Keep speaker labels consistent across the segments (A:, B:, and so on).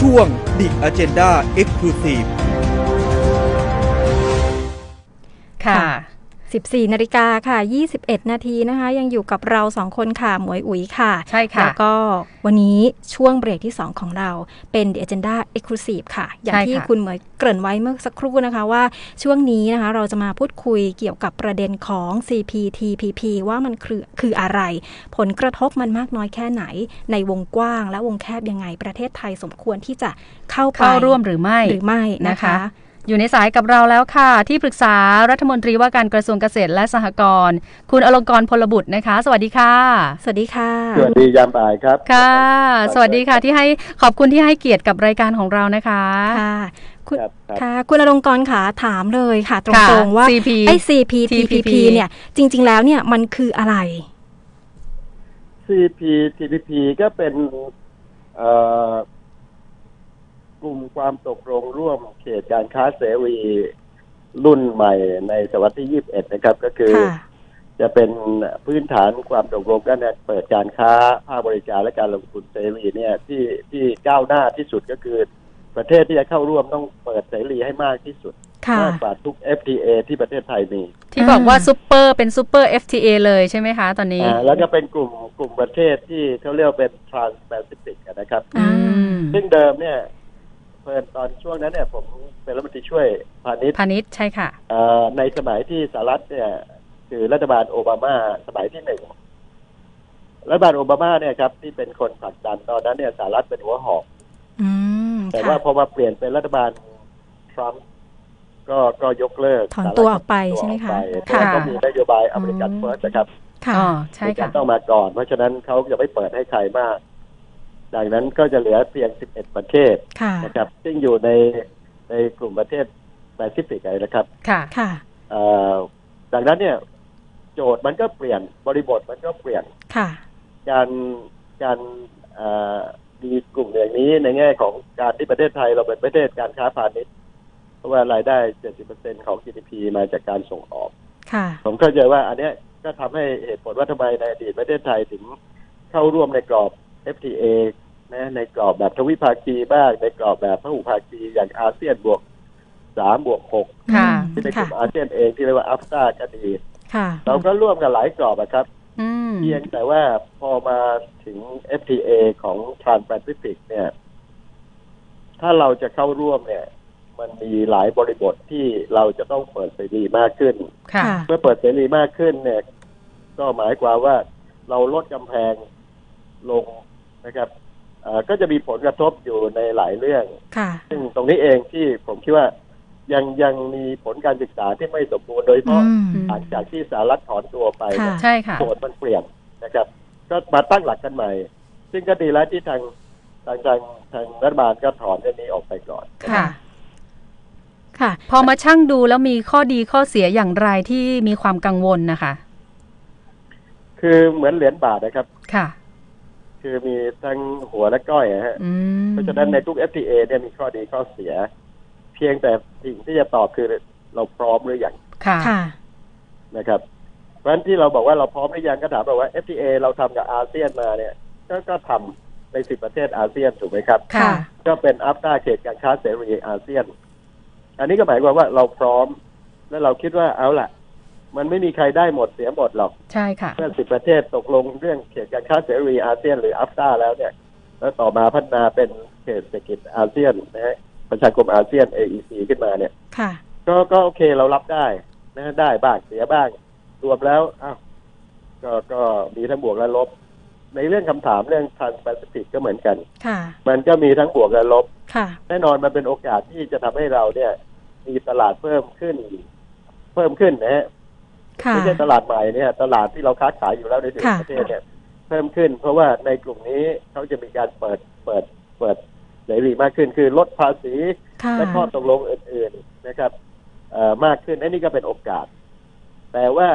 A: ช่วง The Agenda Exclusive
B: ค่ะ
C: ค่ะ 14นาฬิกาค่ะ 21 นาทีนะคะ ยังอยู่กับเราสองคนค่ะหมวยอุ๋ยค่ะ
B: ใช่ค่ะ
C: แล้วก็วันนี้ช่วงเบรกที่ 2 ของเราเป็น The Agenda Exclusive ค่ะ อย่าง
B: ใช่
C: ที่
B: ค่ะ
C: คุณเหมยเกริ่นไว้เมื่อสักครู่นะคะว่าช่วงนี้นะคะเราจะมาพูดคุยเกี่ยวกับประเด็นของ CPTPP ว่ามันคือคืออะไร ผลกระทบมันมากน้อยแค่ไหน ในวงกว้างและวงแคบยังไงประเทศไทยสมควรที่จะเข้าไป
B: เข้าร่วมหรือไม่
C: หรือไม่นะคะ
B: นะคะ อยู่ในสายกับเราแล้วค่ะ ที่ปรึกษารัฐมนตรีว่าการกระทรวงเกษตรและสหกรณ์คุณอลงกรณ์พลบุตรนะคะ สวัสดีค่ะ
C: สวัสดีค่ะ
D: สวัสดียามบ่ายครับ
B: ค่ะ สวัสดีค่ะที่ให้ขอบคุณที่ให้เกียรติกับรายการของเรานะคะ
C: ค่ะคุณ
D: ครับครับ
C: ค่ะคุณอลงกรณ์ค่ะถามเลยค่ะ ต
B: ค่ะ
C: รงๆว่า
B: CP
C: ไอ้ CPTPP เนี่ยจริง ๆ แล้วเนี่ยมันคืออะไร
D: CPTPP ก็เป็นเอ่อกลุ่มความตกลงร่วมเขตการค้าเสรีรุ่นใหม่ในศตวรรษที่ 21 นะครับ ก็คือ
C: ค่ะ
D: จะเป็นพื้นฐานความตกลงด้านการเปิดการค้าภาคบริการและการลงทุนเสรีเนี่ยที่ที่ก้าวหน้าที่สุดก็คือ ประเทศที่จะเข้าร่วมต้องเปิดเสรีให้มากที่สุด
C: ค่ะ
D: มากกว่าทุก FTA ที่ประเทศไทยมี
B: ที่บอกว่าซูเปอร์เป็นซูเปอร์ FTA เลยใช่ไหมคะตอนนี้
D: อ่าแล้วก็เป็นกลุ่มกลุ่มประเทศที่เขาเรียกว่าเป็น trans pacific นะครับ
C: อ่า
B: อืม
D: ซึ่งเดิมเนี่ยเพิ่นตอนช่วงนั้นเนี่ย ผมเป็นรัฐมนตรีช่วยพาณิชย์
B: พาณิชย์ใช่ค่ะ
D: อ่าในสมัยที่สหรัฐเนี่ย คือรัฐบาลโอบามาสมัยที่หนึ่งรัฐบาลโอบามาเนี่ยครับ ที่เป็นคนผลักดันตอนนั้นเนี่ยสหรัฐเป็นหัวหอก
C: อืม
D: แต่
C: ค่ะ
D: ว่าพอมาเปลี่ยนเป็นรัฐบาลทรัมป์ก็ก็ยกเลิก
C: ถอนตัวออกไปใช่ไหมคะ
D: ถอนตัวออกไปเพราะว่า
C: ค่ะ
D: ก็มีนโยบายอเมริกันเฟิร์สนะครับ
C: ค่ะ
B: อ๋อ ใช่ค่ะ
D: ที่จต้องมาก่อน เพราะฉะนั้นเขาจะไม่เปิดให้ใครมาก จากนั้นก็จะเหลือเพียง 11 ประเทศ
C: ค่ะ
D: นะครับ ซึ่งอยู่ในในกลุ่มประเทศแปซิฟิกนะครับ
B: ค่ะ
C: ค่ะ
D: เอ่อจากนั้นเนี่ย โจทย์มันก็เปลี่ยนบริบทมันก็เปลี่ยน
C: ค่ะ
D: การการเอ่อมีกลุ่มอย่างนี้ในแง่ของการที่ประเทศไทยเราเป็นประเทศการค้าพาณิชย์เพราะว่ารายได้ 70%ของ GDP มาจากการส่งออก
C: ค่ะ
D: ผมเข้าใจว่าอันเนี้ยก็ทำให้เหตุผลว่าทำไมในอดีตประเทศไทยถึงเข้าร่วมในกรอบ FTA นะในกรอบแบบทวิภาคีบ้าง ในกรอบแบบพหุภาคีอย่างอาเซียนบวกสามบวกหก
B: ค่ะ
C: อื
D: ที่
C: ม
D: เป็นก
C: ค่ะ
D: ลุ่มอาเซียนเองที่เรียกว่าอัฟตาก็ดี
C: ค่ะ
D: เราก็ร่วมกันหลายกรอบอะครับ
B: อืม
D: เพียงแต่ว่าพอมาถึง FTA ของ Trans Pacific เนี่ย ถ้าเราจะเข้าร่วมเนี่ย มันมีหลายบริบทที่เราจะต้องเปิดเสรีมากขึ้น
B: ค่ะ
C: ค่ะ
D: เมื่อเปิดเสรีมากขึ้นเนี่ย ก็หมายความว่าเราลดกำแพงลงนะครับเอ่อก็จะมีผลกระทบอยู่ในหลายเรื่อง
C: ค่ะ
D: ซึ่งตรงนี้เองที่ผมคิดว่ายังยังมีผลการศึกษาที่ไม่สมบูรณ์โดยเฉ
C: อื
D: พาะ
C: ม
D: หลังจากที่สหรัฐถอนตัวไปเนี่ย
C: ค่ะ
B: ใช่ค่ะ
D: โจทย์มันเปลี่ยนนะครับ ก็มาตั้งหลักกันใหม่ ซึ่งก็ดีแล้วที่ทางทางทางทางรัฐบาลก็ถอนเรื่องนี้ออกไปก่อน
B: ค่ะ
C: ค่ะ
B: พอมาชั่งดูแล้วมีข้อดีข้อเสียอย่างไรที่มีความกังวลนะคะ
D: คือเหมือนเหรียญบาทนะครับ
B: ค่ะ
D: คือมีทั้งหัวและก้อยนะฮะ
B: อืม
D: เพราะฉะนั้นในทุก FTA เนี่ยมีข้อดีข้อเสีย เพียงแต่สิ่งที่จะตอบคือเราพร้อมหรือยัง
B: ค่ะ
C: ค่ะ
D: นะครับ เพราะฉะนั้นที่เราบอกว่าเราพร้อมหรือยังก็ถามแบบว่า FTA เราทำกับอาเซียนมาเนี่ยก็ก็ทำในสิบประเทศอาเซียนถูกไหมครับ
B: ค่ะ
D: ก็เป็นอัปตาเขตการค้าเสรีอาเซียน อันนี้ก็หมายความว่าเราพร้อม และเราคิดว่าเอาล่ะ มันไม่มีใครได้หมดเสียหมดหรอก
B: ใช่ค่ะ
D: เมื่อสิบประเทศตกลงเรื่องเขตการค้าเสรีอาเซียนหรืออัฟตาแล้วเนี่ย แล้วต่อมาพัฒนาเป็นเขตเศรษฐกิจอาเซียนนะฮะประชาคมอาเซียน AEC ขึ้นมาเนี่ย
C: ค่ะ
D: ก็ก็โอเคเรารับได้นะฮะได้บ้างเสียบ้าง รวมแล้วอ้าวก็ก็มีทั้งบวกและลบ ในเรื่องคำถามเรื่องทางแปซิฟิกก็เหมือนกัน
C: ค่ะ
D: มันก็มีทั้งบวกและลบ
C: ค่ะ
D: แน่นอนมันเป็นโอกาสที่จะทำให้เราเนี่ย มีตลาดเพิ่มขึ้น เพิ่มขึ้นนะฮะ
C: ค่ะ
D: ไม่ใช่ตลาดใหม่เนี่ยตลาดที่เราค้าขายอยู่แล้วในต่างประเทศเนี่ยเพิ่มขึ้น เพราะว่าในกลุ่มนี้เขาจะมีการเปิดเปิดเปิดเสรีมากขึ้น คือลดภาษี
C: ค่ะ
D: และข้อตกลงอื่น ๆนะครับเอ่อมากขึ้นอันนี้ก็เป็นโอกาส แต่ว่า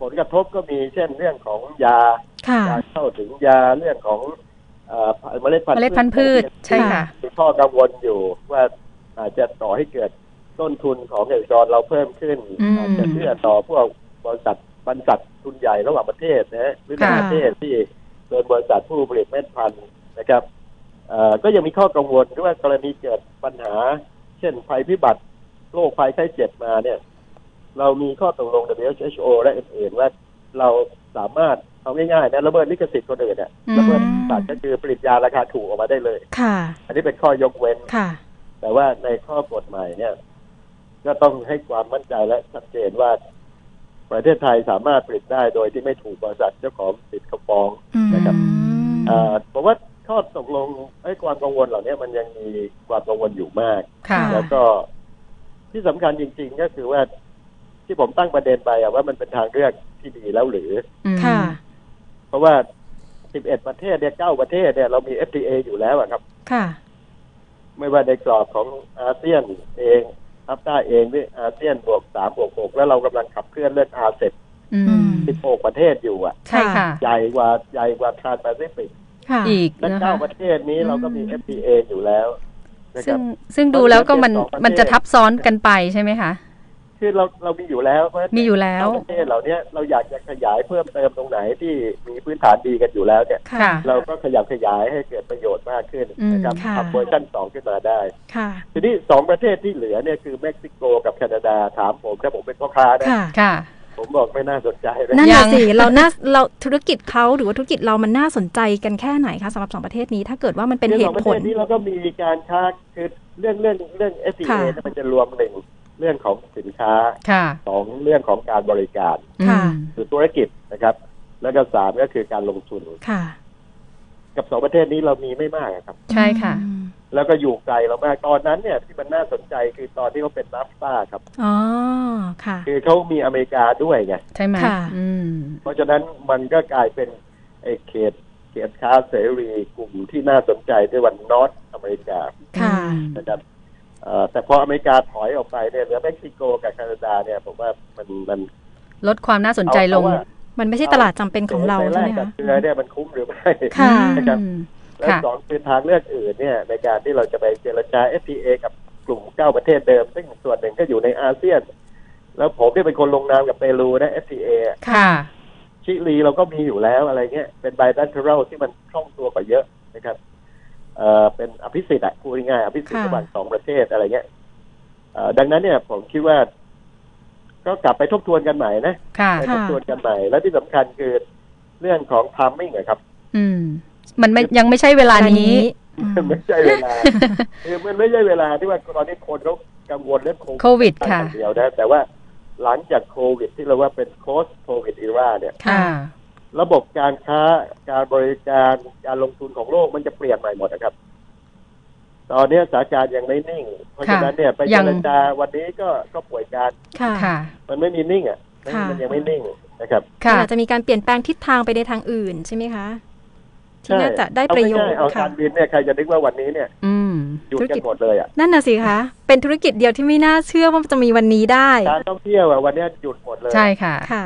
D: ผลกระทบก็มีเช่นเรื่องของยา
C: ค่ะ
D: การเข้าถึงยาเรื่องของเอ่อเมล็ดพันธุ์
B: เมล็ดพันธุ์พืชใช่ค่ะ
D: มีข้อกังวลอยู่ว่าอาจจะต่อให้เกิดต้นทุนของเกษตรกรเราเพิ่มขึ้น
B: อืม
D: อาจจะเชื่อต่อพวกบริษัทบริษัททุนใหญ่ระหว่างประเทศนะฮะหรือใน
B: ค่ะ
D: ประเทศที่เป็นบริษัทผู้ผลิตเม็ดพันธุ์นะครับ เอ่อก็ยังมีข้อกังวลด้วยว่ากรณีเกิดปัญหา เช่นภัยพิบัติโรคภัยไข้เจ็บมาเนี่ย เรามีข้อตกลง WHO และอื่นๆว่าเราสามารถเอาง่ายๆนะระเบิดลิขสิทธิ์คนอื่นเนี่ย
B: อืม
D: ระเบิดสัตว์ก็คือผลิตยาราคาถูกออกมาได้เลย
C: ค่ะ
D: อันนี้เป็นข้อยกเว้น
C: ค่ะ
D: แต่ว่าในข้อกฎหมายเนี่ย ก็ต้องให้ความมั่นใจและชัดเจนว่า ประเทศไทยสามารถผลิตได้โดยที่ไม่ถูกบริษัทเจ้าของสิทธิ์คำฟ้อง
C: อืม
D: นะครับ
B: อื
D: อ่าม ผมว่าข้อตกลงไอ้ความกังวลเหล่านี้มันยังมีความกังวลอยู่มาก
B: ค่ะ
C: อ่า
D: แล้วก็ที่สำคัญจริง ๆ ก็คือว่าที่ผมตั้งประเด็นไปอะว่ามันเป็นทางเลือกที่ดีแล้วหรือ
C: ค่ะ
D: เพราะว่า 11 ประเทศเนี่ย9ประเทศเนี่ยเรามี FTA อยู่แล้วอะครับ
C: ค่ะ
D: ไม่ว่าในกรอบของอาเซียนเองอัฟต้าเองนี่อาเซียนบวก3บวก6แล้วเรากำลังขับเคลื่อนเรื่องอาเซียน
B: อืม
D: 16 ประเทศอยู่อ่ะ
B: ใช่ค่ะ
D: ใหญ่กว่าใหญ่กว่าทรานแปซิฟิก
C: ค่ะ
B: อีก
D: และ
B: นะคะ
D: เก้าประเทศนี้เราก็มี
B: อืม
D: FTA อยู่แล้วนะค
B: ซึ่
D: รั
B: ง
D: บ
B: ซึ่งดูแล้วก็มัน
D: ประเทศสองประเทศ
B: มันจะทับซ้อนกันไปใช่ไหมคะ
D: คือเราเรามีอยู่แล้วเพราะฉะนั้น
B: มีอยู่แล้ว
D: ประเทศเหล่าเนี้ยเราอยากจะขยายเพิ่มเติมตรงไหนที่มีพื้นฐานดีกันอยู่แล้วเนี่ย
B: ค่ะ
D: เราก็ขยับขยายให้เกิดประโยชน์มากขึ้นนะครับ
C: อืมค่ะ
D: ทำเวอร์ชันสองขึ้นมาได้
C: ค่ะ
D: ทีนี้สองประเทศที่เหลือเนี่ยคือเม็กซิโกกับแคนาดาถามผมถ้าผมเป็นพ่อค้านะ
C: ค่ะ
B: ค่ะ
D: ผมบอกไม่น่าสนใจเลย
C: นั่น
B: ยั
C: น่ะ
B: ง
C: สิเราน่าเราธุรกิจเขาหรือว่าธุรกิจเรามันน่าสนใจกันแค่ไหนคะสำหรับสองประเทศนี้ถ้าเกิดว่ามันเป็นเห
D: คือ
C: ตุ
D: สองประ
C: ผ
D: เท
C: ล
D: ศนี้เราก็มีการค้าคือเรื่องเรื่องเรื่อง FTA
C: ค่ะ
D: เนี่ยมันจะรวมหนึ่งเรื่องของสินค้า
B: ค่ะ
D: สองเรื่องของการบริการ
B: อืม
C: ค่ะ
D: คือธุรกิจนะครับ แล้วก็สามก็คือการลงทุน
C: ค่ะ
D: กับสองประเทศนี้เรามีไม่มากอะครับ
B: ใช่ค่ะ
C: อืม
D: แล้วก็อยู่ไกลเรามากตอนนั้นเนี่ยที่มันน่าสนใจคือตอนที่เขาเป็นนัฟตาครับ
C: อ๋อ ค่ะ
D: คือเขามีอเมริกาด้วยไง
B: ใช่ไหม
C: ค่ะ
B: อืม
D: เพราะฉะนั้นมันก็กลายเป็นไอ้เขตเขตค้าเสรีกลุ่มที่น่าสนใจด้วยวันนอตอเมริกา
C: ค่ะ
D: นะครับเอ่อแต่พออเมริกาถอยออกไปเนี่ยเหลือเม็กซิโกกับแคนาดาเนี่ยผมว่ามันมัน
B: ลดความน่าสนใจลง
D: เอาว่า
C: มันไม่ใช่ตลาดจำเป็นของเรา
D: ไปแล
C: ใช่ไห
D: ก
C: ม
D: กับ
C: คะ
D: เกลือเนี่ยมันคุ้มหรือไม่
C: ค่ะ
D: นะครับ
B: อืม
D: แล้ว
B: ค่ะ
D: สองคือทางเลือกอื่นเนี่ยในการที่เราจะไปเจรจา FTA กับกลุ่มเก้าประเทศเดิม ซึ่งส่วนหนึ่งก็อยู่ในอาเซียน แล้วผมเนี่ยเป็นคนลงนามกับเปรูนะ FTA อะ
B: ค่ะ
D: ชิลีเราก็มีอยู่แล้วอะไรเงี้ยเป็นไบ a t เทอรัลที่มันคล่องตัวกว่าเยอะนะครับเอ่อเป็นอภิสิทธิ์อะพูดง่ายๆอภิสิทธิ์
C: ค่ะ
D: ระหว่างสองประเทศอะไรเงี้ยเอ่อดังนั้นเนี่ยผมคิดว่า ก็กลับไปทบทวนกันใหม่นะ
B: ค่ะ
D: ไปทบทวนกันใหม่และที่สำคัญคือเรื่องของทามมิ่งครับ
B: อืม มันไม่ยังไม่ใช่เวลานี้
C: อืม
D: ไม่ใช่เว ลาคือมันไม่ใช่เวลาที่ว่าตอนนี้คนเขากังวลเรื่องโควิด
B: โควิดค่ะ
D: อย่างเดียวนะแต่ว่าหลังจากโควิดที่เราว่าเป็นโคสโควิดอีราเนี่ย
C: ค่ะ
B: ค่ะ
D: ระบบการค้าการบริการการลงทุนของโลกมันจะเปลี่ยนใหม่หมดนะครับ ตอนนี้สถานการณ์ยังไม่นิ่ง เพราะฉะนั้นเนี่ยไป
B: ยั
D: เจ
B: ง
D: รจาวันนี้ก็ก็ป่วยการ
C: ค่ะ
B: ค่ะ
D: มันไม่มีนิ่งอ่ะมัน
C: ค่ะ
D: มันยังไม่นิ่งนะครับ
B: ค่ะ
C: อาจจะมีการเปลี่ยนแปลงทิศทางไปในทางอื่นใช่ไหมคะที่
D: ใช่
C: น่าจะได้
D: เอา
C: ประโยช
D: ง่าย
C: น์
D: ๆเอากา
C: ค่ะ
D: รบินเนี่ยใครจะนึกว่าวันนี้เนี่ย
B: อืม
D: หยุด
C: ธุร
D: กั
C: กิ
D: น
C: จ
D: หมดเลยอ่ะ
C: นั่นน่ะสิคะเป็นธุรกิจเดียวที่ไม่น่าเชื่อว่าจะมีวันนี้ได้
D: การท่องเที่ยวอ่ะวันนี้หยุดหมดเลย
B: ใช่ค่ะ
C: ค่ะ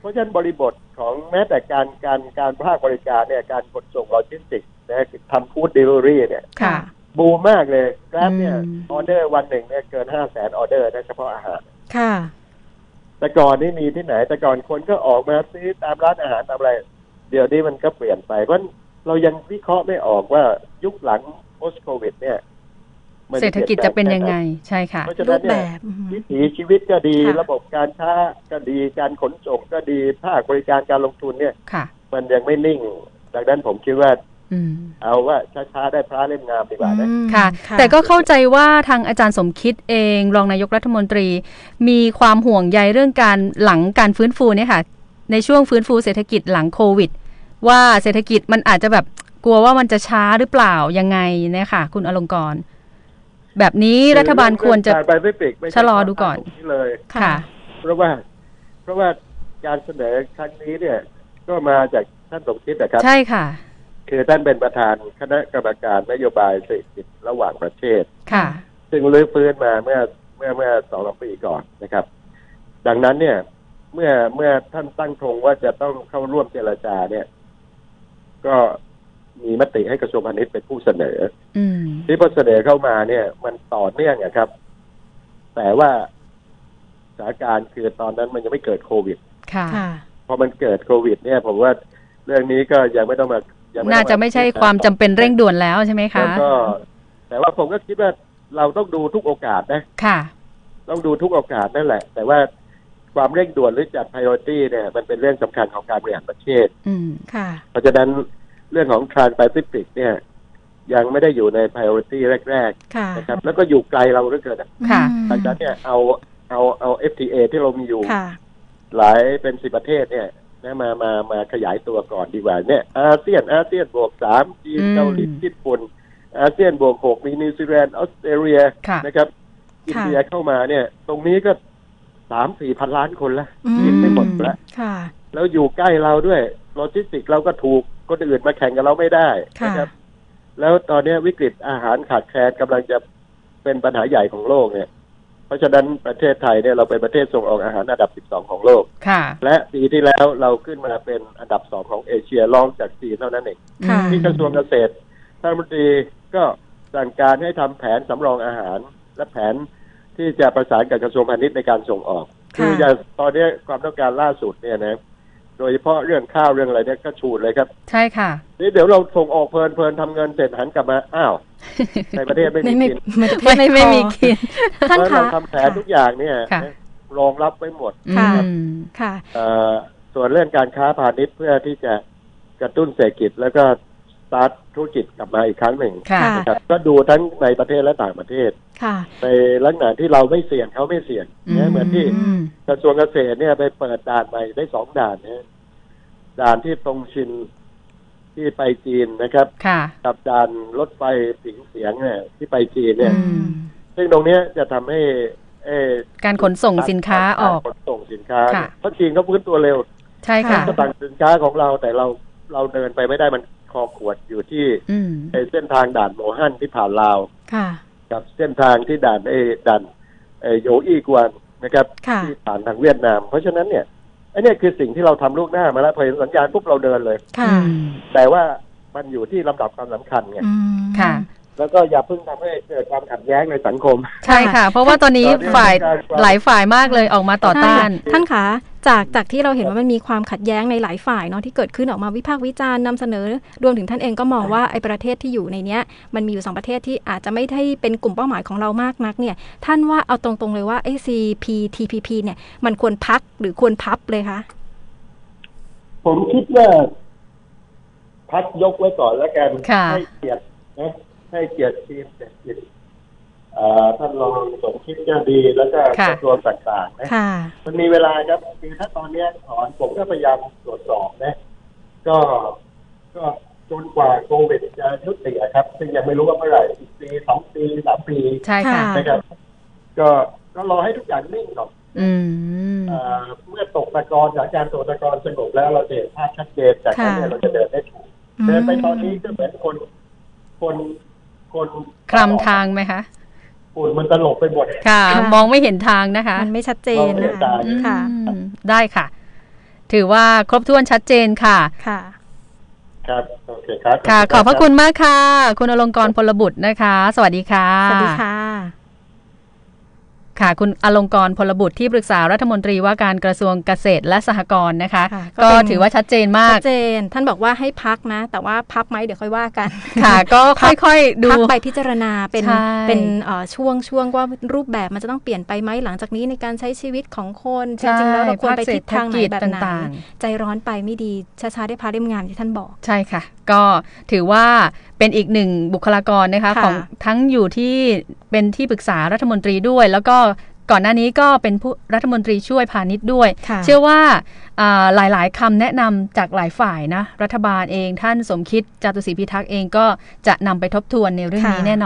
D: เพราะฉะนั้นบริบทของแม้แต่การการการภาคบริการเนี่ยการขนส่งโลจิสติกส์นะคือทำฟู้ดเดลิเวอรี่เนี่ย
B: ค่ะ
D: บูมมากเลยกราฟเนี่ย
B: อืม
D: ออเดอร์วันหนึ่งเนี่ยเกินห้าแสนออเดอร์นะเฉพาะอาหาร
C: ค่ะ
D: แต่ก่อนนี่มีที่ไหน แต่ก่อนคนก็ออกมาซื้อตามร้านอาหารตามอะไร เดี๋ยวนี้มันก็เปลี่ยนไปเพราะฉะนั้นเรายังวิเคราะห์ไม่ออกว่ายุคหลัง post covid เนี่ยมัน
B: เศรษฐกิจจะเป็นยังไง ใช่ค่ะ
D: เพราะฉะ
C: รู
D: นั้น
C: ปแบ
D: เนี่ย
C: บอืม
D: วิถีชีวิตก็ดี
C: ค่ะ
D: ระบบการค้าก็ดีการขนส่งก็ดีภาคบริการการลงทุนเนี่ย
B: ค่ะ
D: มันยังไม่นิ่ง ดังนั้นผมคิดว่า
B: อืม
D: เอาว่าช้าๆได้พระเล่มงามดีกว่านะ
C: อืม
B: ค่ะ แต่ก็เข้าใจว่าทางอาจารย์สมคิดเอง รองนายกรัฐมนตรี มีความห่วงใยเรื่องการหลังการฟื้นฟูเนี่ยค่ะ ในช่วงฟื้นฟูเศรษฐกิจหลังโควิด ว่าเศรษฐกิจมันอาจจะแบบกลัวว่ามันจะช้าหรือเปล่ายังไงเนี่ยค่ะ คุณอลงกรณ์แบบนี้รัฐบาลควรจะ
D: เองการไปไม่ปิกไม่ใ
B: ชะลอดูก่อน
D: ตามที่เลย
B: ค่ะ
D: เพราะว่า เพราะว่าการเสนอครั้งนี้เนี่ย ก็มาจากท่านสมคิดนะครับ
B: ใช่ค่ะ
D: คือท่านเป็นประธานคณะกรรมการนโยบายเศรษฐกิจระหว่างประเทศ
B: ค่ะ
D: ซึ่งรื้อฟื้นมาเมื่อเมื่อเมื่อสองสามปีก่อนนะครับ ดังนั้นเนี่ย เมื่อเมื่อท่านตั้งธงว่าจะต้องเข้าร่วมเจรจาเนี่ย ก็มีมติให้กระทรวงพาณิชย์เป็นผู้เสนอ
B: อืม
D: ที่พอเสนอเข้ามาเนี่ย มันต่อเนื่องอะครับ แต่ว่าสถานการณ์คือตอนนั้นมันยังไม่เกิดโควิด
B: ค่ะ
C: ค่ะ
D: พอมันเกิดโควิด เนี่ย ผมว่าเรื่องนี้ก็ยังไม่ต้องมา ยัง
B: น่าจะไม่ใช่ความจำเป็นเร่งด่วนแล้วใช่ไหมคะ
D: แล้วก็แต่ว่าผมก็คิดว่าเราต้องดูทุกโอกาสนะ
B: ค่ะ
D: ต้องดูทุกโอกาสนั่นแหละ แต่ว่าความเร่งด่วนหรือจัด priority เนี่ย มันเป็นเรื่องสำคัญของการบริหารประเทศ
B: อืม
C: ค่ะ
D: เพราะฉะนั้นเรื่องของ Trans-Pacific เนี่ย ยังไม่ได้อยู่ใน priority แรก
C: ค่ะ
D: ๆ นะครับ แล้วก็อยู่ไกลเราเหลือเกินอะ
B: ค่ะ
C: อืม
D: ดังนั้นเนี่ยเอาเอาเอา FTA ที่เรามีอยู่
C: ค่ะ
D: หลายเป็นสิบประเทศเนี่ยนะมามามาขยายตัวก่อนดีกว่าเนี่ยอาเซียนอาเซียนบวกสามจีน
B: อืม
D: เกาหลีญี่ปุ่นอาเซียนบวกหกมีนิวซีแลนด์ออสเตรเลีย
B: ค่ะ
D: นะครับอินเดียเข้ามาเนี่ย ตรงนี้ก็สามสี่พันล้านคนละ
C: อืม
D: กินไม่หมดละ
C: ค่ะ
D: แล้วอยู่ใกล้เราด้วยโลจิสติกส์เราก็ถูกคนอื่นมาแข่งกับเราไม่ได้
C: ค่ะ
D: นะครับ แล้วตอนเนี้ยวิกฤตอาหารขาดแคลนกำลังจะเป็นปัญหาใหญ่ของโลกเนี่ย เพราะฉะนั้นประเทศไทยเนี่ยเราเป็นประเทศส่งออกอาหารอันดับ 12 ของโลก
B: ค่ะ
D: และปีที่แล้วเราขึ้นมาเป็นอันดับสองของเอเชียรองจากจีนเท่านั้นเอง
C: ค่ะ
B: อืม
D: ที่กระทรวงเกษตรท่านรัฐมนตรีก็สั่งการให้ทำแผนสำรองอาหาร และแผนที่จะประสานกับกระทรวงพาณิชย์ในการส่งออก คืออย่างตอนนี้ความต้องการล่าสุดเนี่ยนะโดยเฉพาะเรื่องข้าวเรื่องอะไรเนี่ยก็ชูดเลยครับ
B: ใช่ค่ะ
D: นี่เดี๋ยวเราส่งออกเพลินเพลินทำเงินเสร็จหันกลับมาอ้าวในประเทศไม่มี
C: ไม่ไม่
D: กิน
C: ไม่ได้
B: ไม่ไม่ไม่มี
C: พอ
B: กิน
D: เพ
C: ท่าน
D: ราะ
C: คะ
D: เราทำแผนทุกอย่างเนี่ย
B: ค่ะ
D: นะรองรับไว้หมด
B: อืม
C: ค่ะ
D: เอ่อส่วนเรื่องการค้าพาณิชย์เพื่อที่จะกระตุ้นเศรษฐกิจแล้วก็สตาร์ทธุรกิจกลับมาอีกครั้งหนึ่ง
B: ค่ะ
C: ค่ะ
D: นะครับก็ดูทั้งในประเทศและต่างประเทศ
C: ค่ะ
D: ในลักษณะที่เราไม่เสี่ยงเขาไม่เสี่ยงนะเหมือนที่
B: อืม
D: กระทรวงเกษตรเนี่ยไปเปิดด่านใหม่ได้สองด่านนะด่านที่ตรงชินที่ไปจีนนะครับ
B: ค่ะ
D: กับด่านรถไฟสิงเสียงเนี่ยที่ไปจีนเนี่ย
B: อืม
D: ซึ่งตรงเนี้ยจะทำให้เอ่อ
B: การขนส่งสินค้าออก
D: รขนส่งสินค้า
B: ค่ะ
D: เพราะจีนเขาพื้นตัวเร็ว
B: ใช่ค่ะ
D: ก็สั่งสินค้าของเราแต่เราเราเดินไปไม่ได้มันคอขวดอยู่ที่
B: อืม
D: ไอ้เส้นทางด่านโมฮั่นที่ผ่านลาว
C: ค่ะ
D: กับเส้นทางที่ด่านไอ้ด่านไอ้โยอีกวนนะครับ
C: ค่ะ
D: ที่ผ่านทางเวียดนาม เพราะฉะนั้นเนี่ยไอ้เนี่ยคือสิ่งที่เราทำลูกหน้ามาแล้วพอเห็นสัญญาณปุ๊บเราเดินเลย
C: ค่ะ
D: แต่ว่ามันอยู่ที่ลำดับความสำคัญไง
C: อืม
B: ค่ะ
D: แล้วก็อย่าเพิ่งทำให้เกิดความขัดแย้งในสังคม
B: ใช่ค่ะ เพราะว่าตอนนี้ฝ่ายหลายฝ่ายมากเลยออกมาต่อต้าน
C: ท่านคะจากจากที่เราเห็นว่ามันมีความขัดแย้งในหลายฝ่ายเนาะที่เกิดขึ้นออกมาวิพากษ์วิจารณ์นำเสนอ รวมถึงท่านเองก็มองว่าไอ้ประเทศที่อยู่ในเนี้ย มันมีอยู่สองประเทศที่อาจจะไม่ได้เป็นกลุ่มเป้าหมายของเรามากนักเนี่ย ท่านว่าเอาตรงๆเลยว่าไอ้ CPTPP เนี่ยมันควรพักหรือควรพับเลยคะ
D: ผมคิดว่าพักยกไว้ก่อนแล้วกัน
B: ค่ะ
D: ให้เกียรตินะให้เกียรติทีมเศรษฐกิจเอ่อท่านรองสมคิดก็ดี แล้วก็
B: ค่ะ
D: กระทรวงต่างๆนะ
C: ค่ะ
D: มันมีเวลาครับคือถ้าตอนเนี้ยถอนผมก็พยายามตรวจสอบนะ ก็ก็จนกว่าโควิดจะยุติอะครับ ซึ่งยังไม่รู้ว่าเมื่อไหร่อีกปีสองปีสามปี
B: ใช่ค่ะ
C: ค่ะ
D: นะครับ ก็ก็รอให้ทุกอย่างนิ่งก่อน
B: อืม
D: เอ่อเมื่อตกตะกอนสถานการณ์ตกตะกอนสงบแล้วเราจะเห็นภาพชัดเจนจากนั้นเนี่ย
C: ค่ะ
D: เราจะเดินได้ถูกเดินไปตอนนี้ก็เหมือนคน คนคน
B: คลำทางไหมคะ
D: ฝุ่นมันตลบไปหมด
B: ค่ะ
C: ค่ะ
B: มองไม่เห็นทางนะคะ
C: มันไม่ชัดเจนนะ
D: เราเห็นต่า
C: คะ
D: ง
B: อืมได้ค่ะ ถือว่าครบถ้วนชัดเจนค่ะ
C: ค่ะ
D: ครับ โอเคครับ
B: ค่ะ ขอบพระคุณมากค่ะ คุณอลงกรณ์พลบุตรนะคะ สวัสดีค่ะ
C: สวัสดีค่ะ
B: ค่ะ คุณอลงกรณ์พลบุตรที่ปรึกษารัฐมนตรีว่าการกระทรวงเกษตรและสหกรณ์นะคะ
C: ค่ะก็
B: ก็
C: เป็น
B: ถือว่าชัดเจนมาก
C: ชัดเจน ท่านบอกว่าให้พักนะ แต่ว่าพับไหมเดี๋ยวค่อยว่ากัน
B: ค่ะ ก็ค่อยๆดู
C: พักไปพิจารณาเป็น
B: ใช่
C: เป็นเอ่อช่วงช่วงว่ารูปแบบมันจะต้องเปลี่ยนไปไหมหลังจากนี้ในการใช้ชีวิตของคนจริงๆแล้วเราควรไปทิศทางไหนแบบไหน
B: ต่าง
C: ใจร้อนไปไม่ดีช้าๆได้พาได้งานที่ท่านบอก
B: ๆ ใช่ค่ะ ก็ถือว่าเป็นอีกหนึ่งบุคลากรนะคะ
C: ค่ะ
B: ของทั้งอยู่ที่เป็นที่ปรึกษารัฐมนตรีด้วย แล้วก็ก่อนหน้านี้ก็เป็นผู้รัฐมนตรีช่วยพาณิชย์ด้วย
C: ค่ะ
B: เชื่อว่าอ่าหลายๆคำแนะนำจากหลายฝ่ายนะ รัฐบาลเองท่านสมคิดจาตุศรีพิทักษ์เองก็จะนำไปทบทวนในเรื่องนี้แน่นอน